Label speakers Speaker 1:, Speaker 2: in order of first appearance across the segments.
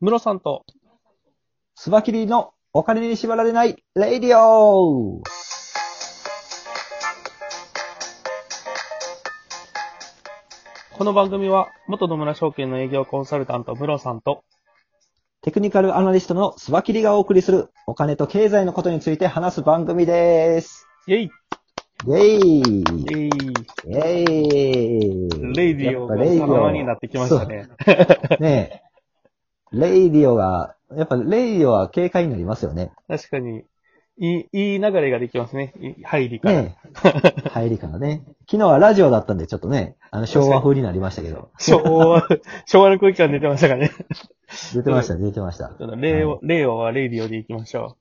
Speaker 1: ムロさんと、
Speaker 2: スバキリのお金に縛られないレイディオ
Speaker 1: この番組は、元野村証券の営業コンサルタント、ムロさんと、
Speaker 2: テクニカルアナリストのスバキリがお送りするお金と経済のことについて話す番組です。
Speaker 1: イェイ
Speaker 2: イェイ
Speaker 1: イェイ
Speaker 2: イェイ
Speaker 1: レイディオが
Speaker 2: やっぱレイディ
Speaker 1: 様
Speaker 2: オ
Speaker 1: になってきましたね。
Speaker 2: そうねえ。レイディオが、やっぱレイディオは警戒になりますよね。
Speaker 1: 確かに、いい、いい流れができますね。い入りから。
Speaker 2: ねえ。入りからね。昨日はラジオだったんでちょっとね、あの昭和風になりましたけど。
Speaker 1: 昭和、 昭和の空気感出てましたかね。
Speaker 2: 出てました、出てました
Speaker 1: ち。ょっと令和、令和はレイディオで行きましょ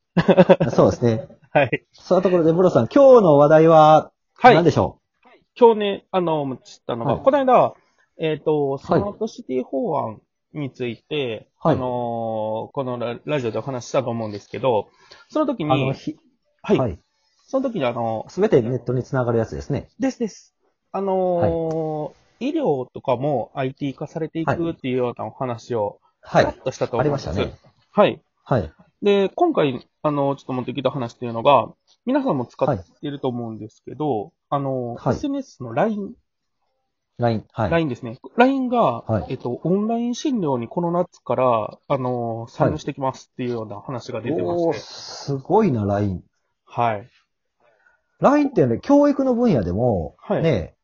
Speaker 2: そうですね。
Speaker 1: う。はい。
Speaker 2: そういうところで、ムロさん、今日の話題は
Speaker 1: はい
Speaker 2: 何。でしょ
Speaker 1: 今日ね、あの、知ったのが、
Speaker 2: はい
Speaker 1: この間、えっ、と、スマートシティ法案について、
Speaker 2: はい
Speaker 1: あのーこのララジオでお話ししたと思うんですけど、その時
Speaker 2: う、
Speaker 1: に、
Speaker 2: あの、ひ
Speaker 1: は、
Speaker 2: はいい。
Speaker 1: その時にあの、
Speaker 2: すべてネットに繋がるやつですね。
Speaker 1: ですです。あのー医療とかも IT 化されてい
Speaker 2: は
Speaker 1: く
Speaker 2: い
Speaker 1: っていうようなお話を、
Speaker 2: は
Speaker 1: ちょ
Speaker 2: い
Speaker 1: っ。としたと
Speaker 2: あ
Speaker 1: 思
Speaker 2: り
Speaker 1: うん
Speaker 2: ま
Speaker 1: で
Speaker 2: し
Speaker 1: す。
Speaker 2: たね。
Speaker 1: はい。
Speaker 2: はい。
Speaker 1: で、今回、あの、ちょっと持ってきた話っていうのが、皆さんも使ってると思うんですけど、あの、
Speaker 2: はい
Speaker 1: SNS の LINE、
Speaker 2: LINE。はい。
Speaker 1: LINE ですね。LINE が、
Speaker 2: はい
Speaker 1: えっと、オンライン診療にこの夏から、あのー、参入してきますっていうような話が出てま
Speaker 2: おー
Speaker 1: して。
Speaker 2: すごいな、LINE。
Speaker 1: はい。
Speaker 2: LINE ってね、教育の分野でも、
Speaker 1: はい
Speaker 2: ね、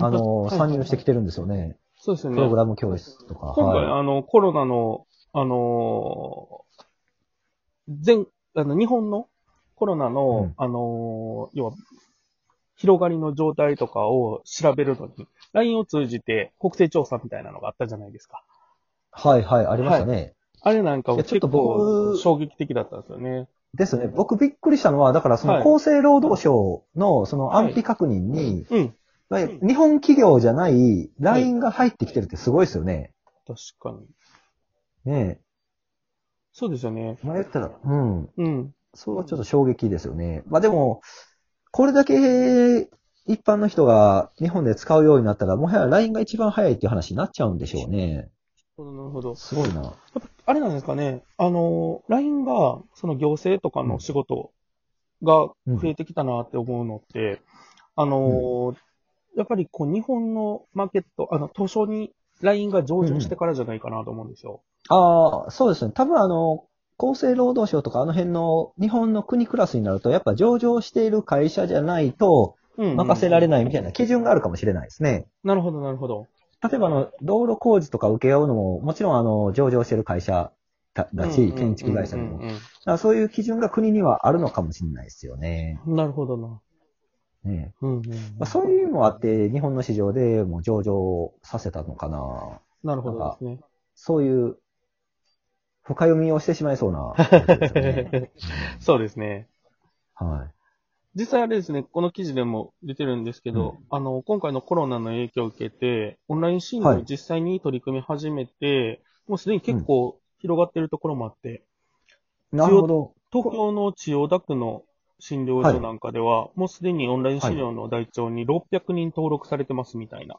Speaker 2: あの
Speaker 1: は
Speaker 2: ー、
Speaker 1: い
Speaker 2: 参入してきてるんですよね。
Speaker 1: そうですよ
Speaker 2: プ
Speaker 1: ね
Speaker 2: ログ。ラム教室とか。
Speaker 1: 今回、
Speaker 2: は
Speaker 1: あの、コロナの、あのー、全、あの、日本のコロナの、あのー、要は、広がりの状態とかを調べるのに、LINE を通じて国勢調査みたいなのがあったじゃないですか。
Speaker 2: い。はい、はい、ありましたね。
Speaker 1: あれなんか
Speaker 2: い
Speaker 1: も
Speaker 2: やちょ
Speaker 1: 結
Speaker 2: っと
Speaker 1: 構
Speaker 2: 僕
Speaker 1: 衝撃的だったんですよね。
Speaker 2: ですね。僕びっくりしたのは、だからそ
Speaker 1: は
Speaker 2: の
Speaker 1: い
Speaker 2: 厚生労働省のその
Speaker 1: はい
Speaker 2: 安否確認に、
Speaker 1: うん。
Speaker 2: まあ日本企業じゃない LINE が入ってきてるってすごいですよね。
Speaker 1: 確かに。
Speaker 2: ね
Speaker 1: そうですよね。
Speaker 2: え。前ったら、うん。
Speaker 1: うん。
Speaker 2: それはちょっと衝撃ですよね。まあでも、これだけ一般の人が日本で使うようになったら、もはや LINE が一番早いっていう話になっちゃうんでしょうね。
Speaker 1: なるほど。
Speaker 2: すごいな。
Speaker 1: やっぱあれなんですかね、あの、LINE が、その行政とかの仕事が
Speaker 2: うん
Speaker 1: 増えてきたなって思うのって、あの、やっぱりこう日本のマーケット、あの、東証に LINE が上場してからじゃないかなと思うんですよ。
Speaker 2: ああ、そうですね。多分あの、厚生労働省とかあの辺の日本の国クラスになると、やっぱ上場している会社じゃないと
Speaker 1: うん
Speaker 2: 任せられ
Speaker 1: い。
Speaker 2: ないみたいな基準があるかもしれないですね。
Speaker 1: なるほど、なるほど。
Speaker 2: 例えばあの、道路工事とか請け負うのも、もちろんあの、上場している会社だだ
Speaker 1: うんう
Speaker 2: し、
Speaker 1: ん
Speaker 2: 建築会社で
Speaker 1: う
Speaker 2: も。
Speaker 1: んうん
Speaker 2: だからそういう基準が国にはあるのかもしれないですよね。
Speaker 1: うんなるほどな。
Speaker 2: ね
Speaker 1: うんうんうん
Speaker 2: まあ、そういう意味もあって、日本の市場でもう上場させたのかな。
Speaker 1: なるほどですね。
Speaker 2: そういう、深読みをしてしまいそうなことですよね。
Speaker 1: そうですね。
Speaker 2: はい。
Speaker 1: 実際あれですね、この記事でも出てるんですけど、あの、今回のコロナの影響を受けて、オンライン診療
Speaker 2: は
Speaker 1: を
Speaker 2: い
Speaker 1: 実際に取り組み始めて、もうすでに結構広がってるところもあって、
Speaker 2: なるほど。
Speaker 1: 東京の千代田区の診療所なんかでは、もうすでにオンライン診療の台帳に600人登録されてますみたいな。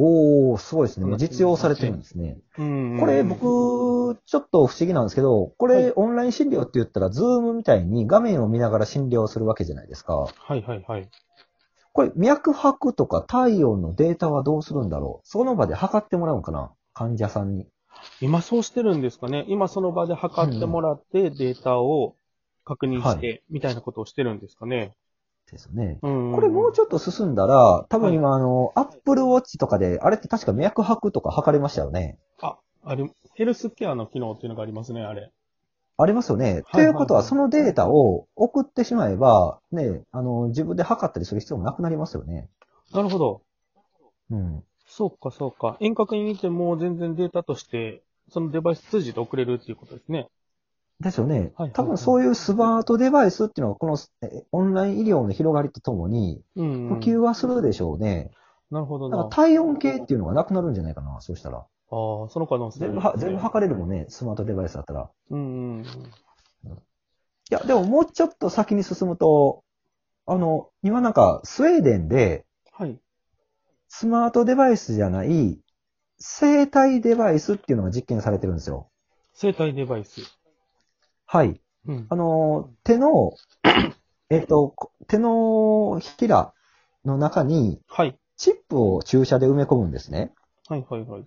Speaker 2: おー、すごいですね。もう実用されてるんですね。
Speaker 1: うん。
Speaker 2: これ、僕、ちょっと不思議なんですけど、こ
Speaker 1: は
Speaker 2: れ
Speaker 1: い、
Speaker 2: オンライン診療って言ったら、ズームみたいに画面を見ながら診療するわけじゃないですか。
Speaker 1: はいはいはい。
Speaker 2: これ、脈拍とか体温のデータはどうするんだろうその場で測ってもらうのかな患者さんに。
Speaker 1: 今そうしてるんですかね。今その場で測ってもらって、データを確認して、みたいなことをしてるんですかね。
Speaker 2: ですよね。
Speaker 1: うん。
Speaker 2: これもうちょっと進んだら、多分今あの、アップルウォッチとかで、あれって確か脈拍とか測れましたよね。
Speaker 1: あ、あれ、ヘルスケアの機能っていうのがありますね、あれ。
Speaker 2: ありますよね。
Speaker 1: はいはい
Speaker 2: ということは、そのデータを送ってしまえば、ね、あの、自分で測ったりする必要もなくなりますよね。
Speaker 1: なるほど。
Speaker 2: うん。
Speaker 1: そうか、そうか。遠隔に見ても全然データとして、そのデバイス通じて送れるっていうことですね。
Speaker 2: ですよね
Speaker 1: はいはいはい。
Speaker 2: 多分そういうスマートデバイスっていうのは、このえオンライン医療の広がりとともに、
Speaker 1: うん、う
Speaker 2: 普
Speaker 1: ん。
Speaker 2: 及はするでしょうね。
Speaker 1: なるほど
Speaker 2: だ
Speaker 1: な。
Speaker 2: か
Speaker 1: あ
Speaker 2: ら体温計っていうのがなくなるんじゃないかな、そうしたら。
Speaker 1: あー、その可能性、
Speaker 2: 全部は、全部測れるもんね、スマートデバイスだったら。
Speaker 1: うん、うん。
Speaker 2: いや、でももうちょっと先に進むと、あの、今なんかスウェーデンで
Speaker 1: はい。
Speaker 2: スマートデバイスじゃない生体デバイスっていうのが実験されてるんですよ。
Speaker 1: 生体デバイス。
Speaker 2: はい。
Speaker 1: うん
Speaker 2: あ。の、手の、 えっと、こ手のひらの中に
Speaker 1: はい。
Speaker 2: チップを注射で埋め込むんですね。
Speaker 1: はいはいはい。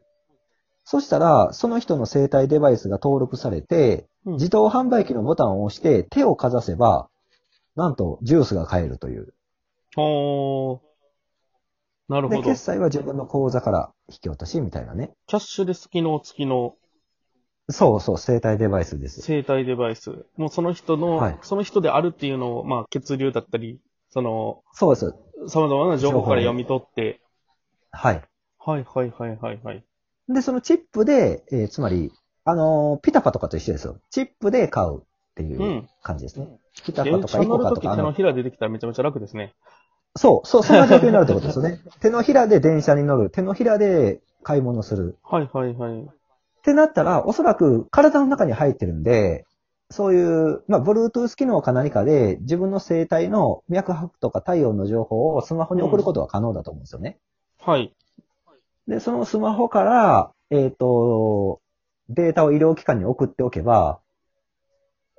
Speaker 2: そしたら、その人の生体デバイスが登録されて、
Speaker 1: うん
Speaker 2: 自動販売機のボタンを押して手をかざせば、なんとジュースが買えるという。
Speaker 1: おー。なるほ
Speaker 2: で、
Speaker 1: ど。キ
Speaker 2: 決
Speaker 1: ャ
Speaker 2: 済は自分の口座から引き落としみたいなね。
Speaker 1: ッシュレス機能付きの
Speaker 2: そうそう、生体デバイスです。
Speaker 1: 生体デバイス。もうその人の、
Speaker 2: はい
Speaker 1: その人であるっていうのを、まあ血流だったり、その、
Speaker 2: そうです。
Speaker 1: 様々な情報から読み取って、
Speaker 2: はい。
Speaker 1: はいはいはいはいはい。。
Speaker 2: で、そのチップで、えーつまり、あのーピタパとかと一緒ですよ。チップで買うっていううん感じですね。
Speaker 1: うん
Speaker 2: ピタ
Speaker 1: 電
Speaker 2: パとか
Speaker 1: 車
Speaker 2: イ
Speaker 1: 乗
Speaker 2: コ
Speaker 1: る
Speaker 2: カ
Speaker 1: と
Speaker 2: と
Speaker 1: き手
Speaker 2: か、あ
Speaker 1: の
Speaker 2: の、
Speaker 1: ひら出てきたらめちゃめちゃ楽ですね。
Speaker 2: そう、そう、そんな状況になるってことですよね。手のひらで電車に乗る、手のひらで買い物する。
Speaker 1: はいはいはい。
Speaker 2: ってなったら、おそらく体の中に入ってるんで、そういう、まあ、Bluetooth 機能か何かで、自分の生体の脈拍とか体温の情報をスマホに送ることは可能だと思うんですよね。
Speaker 1: はい。
Speaker 2: で、そのスマホから、えっ、と、データを医療機関に送っておけば、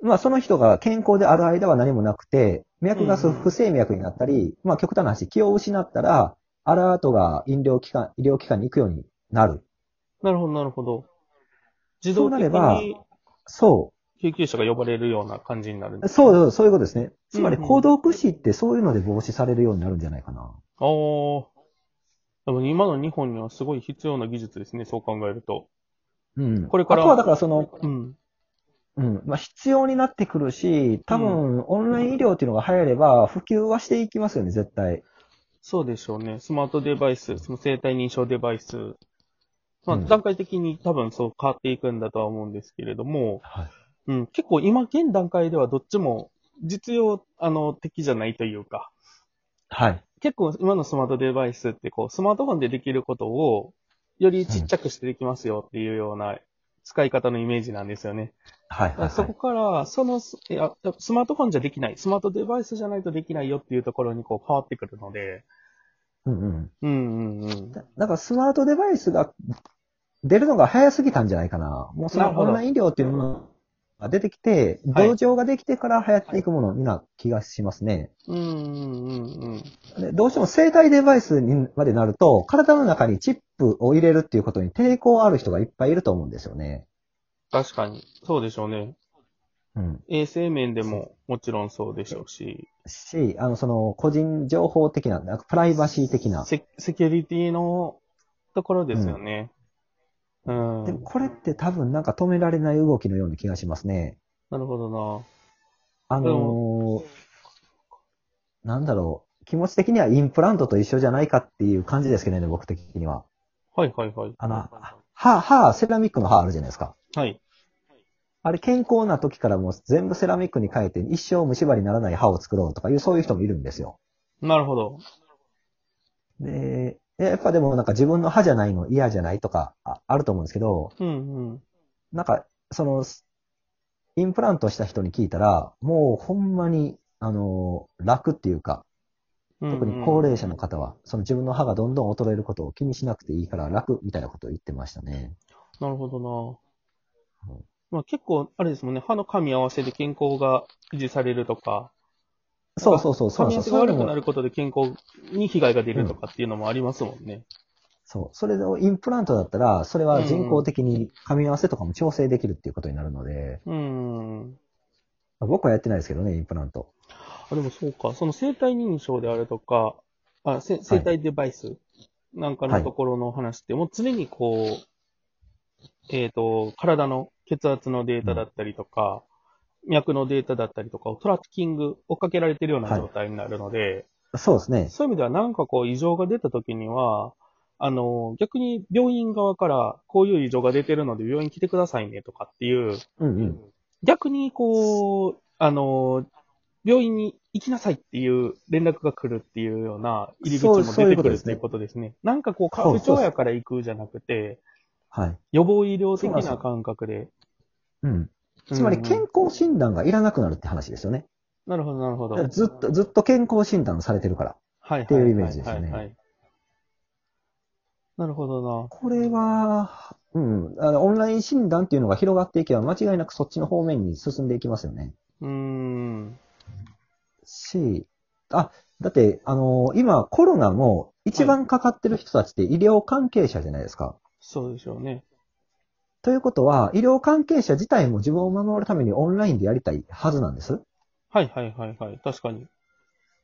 Speaker 2: まあ、その人が健康である間は何もなくて、脈が
Speaker 1: う
Speaker 2: 不
Speaker 1: んうん
Speaker 2: 不整脈になったり、まあ、極端な話、気を失ったら、アラートが医療機関、医療機関に行くようになる。
Speaker 1: なるほどなるほど。自
Speaker 2: そ
Speaker 1: 動
Speaker 2: うな
Speaker 1: 的
Speaker 2: れば
Speaker 1: に
Speaker 2: そう。
Speaker 1: 救急車が呼ばれるような感じになるんです。
Speaker 2: そうそう、そういうことですね。つまり
Speaker 1: うんうん
Speaker 2: 行動駆使ってそういうので防止されるようになるんじゃないかな。
Speaker 1: おー。でも今の日本にはすごい必要な技術ですね、そう考えると。
Speaker 2: うん。
Speaker 1: これから
Speaker 2: あとはだからその、
Speaker 1: うん。
Speaker 2: うん、まあ必要になってくるし、多分オンライン医療っていうのが流行れば普及はしていきますよね、絶対。
Speaker 1: そうでしょうね。スマートデバイス、その生体認証デバイス。まあ、
Speaker 2: うん
Speaker 1: 段階的に多分そう変わっていくんだとは思うんですけれども、
Speaker 2: はい。
Speaker 1: うん、結構今現段階ではどっちも実用あの的じゃないというか、
Speaker 2: はい。
Speaker 1: 結構今のスマートデバイスってこうスマートフォンでできることをよりちっちゃくしてできますよっていうような使い方のイメージなんですよね。
Speaker 2: はい。
Speaker 1: だからそこから、そのスいや、スマートフォンじゃできない、スマートデバイスじゃないとできないよっていうところにこう変わってくるので、
Speaker 2: うんうん。
Speaker 1: うんうんうん。
Speaker 2: だだからスマートデバイスが出るのが早すぎたんじゃないかな。もうそ
Speaker 1: なる
Speaker 2: の
Speaker 1: ほ
Speaker 2: オ
Speaker 1: ど
Speaker 2: ンライン医療っていうものが出てきて、
Speaker 1: はい
Speaker 2: 同情ができてから流行っていくものにな気がしますね。
Speaker 1: うんうんうんうん。
Speaker 2: でどうしても生体デバイスにまでなると、体の中にチップを入れるっていうことに抵抗ある人がいっぱいいると思うんですよね。
Speaker 1: 確かに。そうでしょうね。
Speaker 2: うん。
Speaker 1: 衛生面でももちろんそうでしょうし、
Speaker 2: し、あの、その、個人情報的な、なんかプライバシー的な。
Speaker 1: セセキュリティのところですよね。うん。
Speaker 2: でもこれって多分なんか止められない動きのような気がしますね。
Speaker 1: なるほど
Speaker 2: あ
Speaker 1: で
Speaker 2: のー、なんだろう。気持ち的にはインプラントと一緒じゃないかっていう感じですけどね、僕的には。
Speaker 1: な。はいはいはい。
Speaker 2: あの、歯、歯、セラミックの歯あるじゃないですか。
Speaker 1: はい。
Speaker 2: あれ健康な時からもう全部セラミックに変えて一生虫歯にならない歯を作ろうとかいうそういう人もいるんですよ。
Speaker 1: なるほど。
Speaker 2: で、やっぱでもなんか自分の歯じゃないの嫌じゃないとかああると思うんですけど、
Speaker 1: うんうん。
Speaker 2: なんかそのインプラントした人に聞いたら、もうほんまにあの楽っていうか、特に高齢者の方はその自分の歯がどんどん衰えることを気にしなくていいから楽みたいなことを言ってましたね。
Speaker 1: なるほどな
Speaker 2: うん。
Speaker 1: まあ結構、あれですもんね、歯の噛み合わせで健康が維持されるとか、
Speaker 2: そうそうそう、そ
Speaker 1: 噛
Speaker 2: う
Speaker 1: み
Speaker 2: な
Speaker 1: 合わ
Speaker 2: んで
Speaker 1: せ
Speaker 2: すよ。
Speaker 1: が
Speaker 2: そ
Speaker 1: 悪
Speaker 2: ういうの
Speaker 1: くな
Speaker 2: も
Speaker 1: ることで健康に被害が出るとかっていうのもありますもんね。
Speaker 2: そう。それをインプラントだったら、それは人工的に噛み合わせとかも調整できるっていうことになるので、
Speaker 1: うん。
Speaker 2: 僕はやってないですけどね、インプラント。
Speaker 1: あ、でもそうか。その生体認証であるとか、あせ生体デバイスなんかのところの話って、もう常にこう、えっ、と、体の血圧のデータだったりとか、脈のデータだったりとかをトラッキング、追っかけられてるような状態になるので、
Speaker 2: そうですね。
Speaker 1: そういう意味ではなんかこう異常が出た時には、あの、逆に病院側からこういう異常が出てるので病院来てくださいねとかっていう、
Speaker 2: うんうん。
Speaker 1: 逆にこう、あの、病院に行きなさいっていう連絡が来るっていうような入り口も
Speaker 2: そうそう
Speaker 1: 出て
Speaker 2: いうこ
Speaker 1: く
Speaker 2: と
Speaker 1: る
Speaker 2: で
Speaker 1: っ
Speaker 2: す
Speaker 1: て
Speaker 2: ね
Speaker 1: いうことですね。なんかこう、
Speaker 2: そう
Speaker 1: 歌舞伎町やから行くじゃなくて、
Speaker 2: はい。
Speaker 1: 予防医療的
Speaker 2: そうなんです
Speaker 1: な
Speaker 2: よ
Speaker 1: 感覚で。
Speaker 2: うん。つまり
Speaker 1: うん
Speaker 2: 健康診断がいらなくなるって話ですよね。
Speaker 1: なるほど、なるほど。はい
Speaker 2: ずっと、ずっと健康診断されてるから。
Speaker 1: はい。って
Speaker 2: いうイメージですよね
Speaker 1: はいはい。なるほど
Speaker 2: これは、うん、あのオンライン診断っていうのが広がっていけば、間違いなくそっちの方面に進んでいきますよね。
Speaker 1: な。うーん。
Speaker 2: し、あ、だって、あの今コロナも一番かかってる人たちって医療関係者じゃないですか。
Speaker 1: そうでしょうね。
Speaker 2: ということは、医療関係者自体も自分を守るためにオンラインでやりたいはずなんです。
Speaker 1: はいはいはいはい。確かに。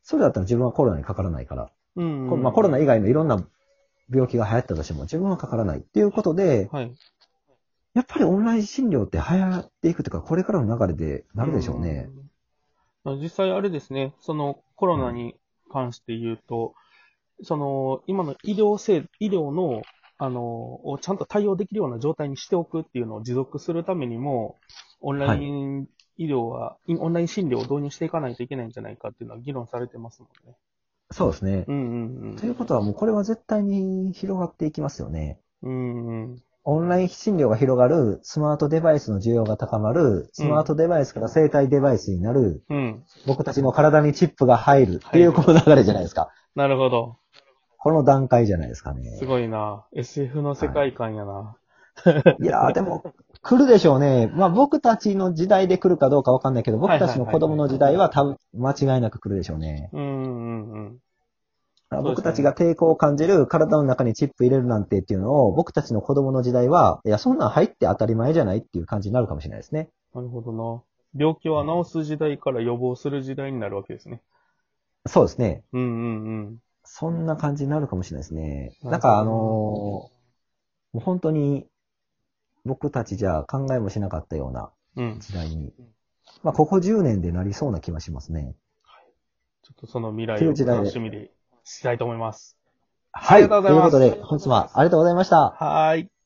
Speaker 2: それだったら自分はコロナにかからないから。
Speaker 1: うん。
Speaker 2: こまあ、コロナ以外のいろんな病気が流行ったとしても自分はかからないっていうことで、
Speaker 1: はい。
Speaker 2: やっぱりオンライン診療って流行っていくというか、これからの流れでなるでしょうね。
Speaker 1: うん。実際あれですね、そのコロナに関して言うと、その今の医療制、医療の、あの、をちゃんと対応できるような状態にしておくっていうのを持続するためにも、オンライン医療は、いオンライン診療を導入していかないといけないんじゃないかっていうのは議論されてますもんね。
Speaker 2: そうですね。
Speaker 1: うんうんうん。
Speaker 2: ということはもうこれは絶対に広がっていきますよね。
Speaker 1: うんうん。
Speaker 2: オンライン診療が広がる、スマートデバイスの需要が高まる、スマートデバイスから生体デバイスになる、
Speaker 1: うん。
Speaker 2: 僕たちの体にチップが入るっていうこの流れじゃないですか。
Speaker 1: なるほど。
Speaker 2: この段階じゃないですかね。
Speaker 1: すごいな。SF の世界観やな。
Speaker 2: いやー、でも、来るでしょうね。まあ僕たちの時代で来るかどうかわかんないけど、僕たちの子供の時代は多分、間違いなく来るでしょうね。
Speaker 1: うんうんうん。
Speaker 2: あ僕たちが抵抗を感じる体の中にチップ入れるなんてっていうのを、僕たちの子供の時代は、いや、そんなん入って当たり前じゃないっていう感じになるかもしれないですね。
Speaker 1: なるほどな。病気は治す時代から予防する時代になるわけですね。
Speaker 2: そうですね。
Speaker 1: うんうんうん。
Speaker 2: そんな感じになるかもしれないですね。
Speaker 1: なるほど
Speaker 2: なんかあのーもう本当に、僕たちじゃ考えもしなかったような
Speaker 1: うん。ち
Speaker 2: 時代に、まあここ10年でなりそうな気はしますね。
Speaker 1: ょっとその未来
Speaker 2: とい
Speaker 1: を
Speaker 2: う時代で
Speaker 1: 楽しみにしたいと思います。
Speaker 2: はい
Speaker 1: ありがとうございます
Speaker 2: ということで、本日はありがとうございました。
Speaker 1: はーい。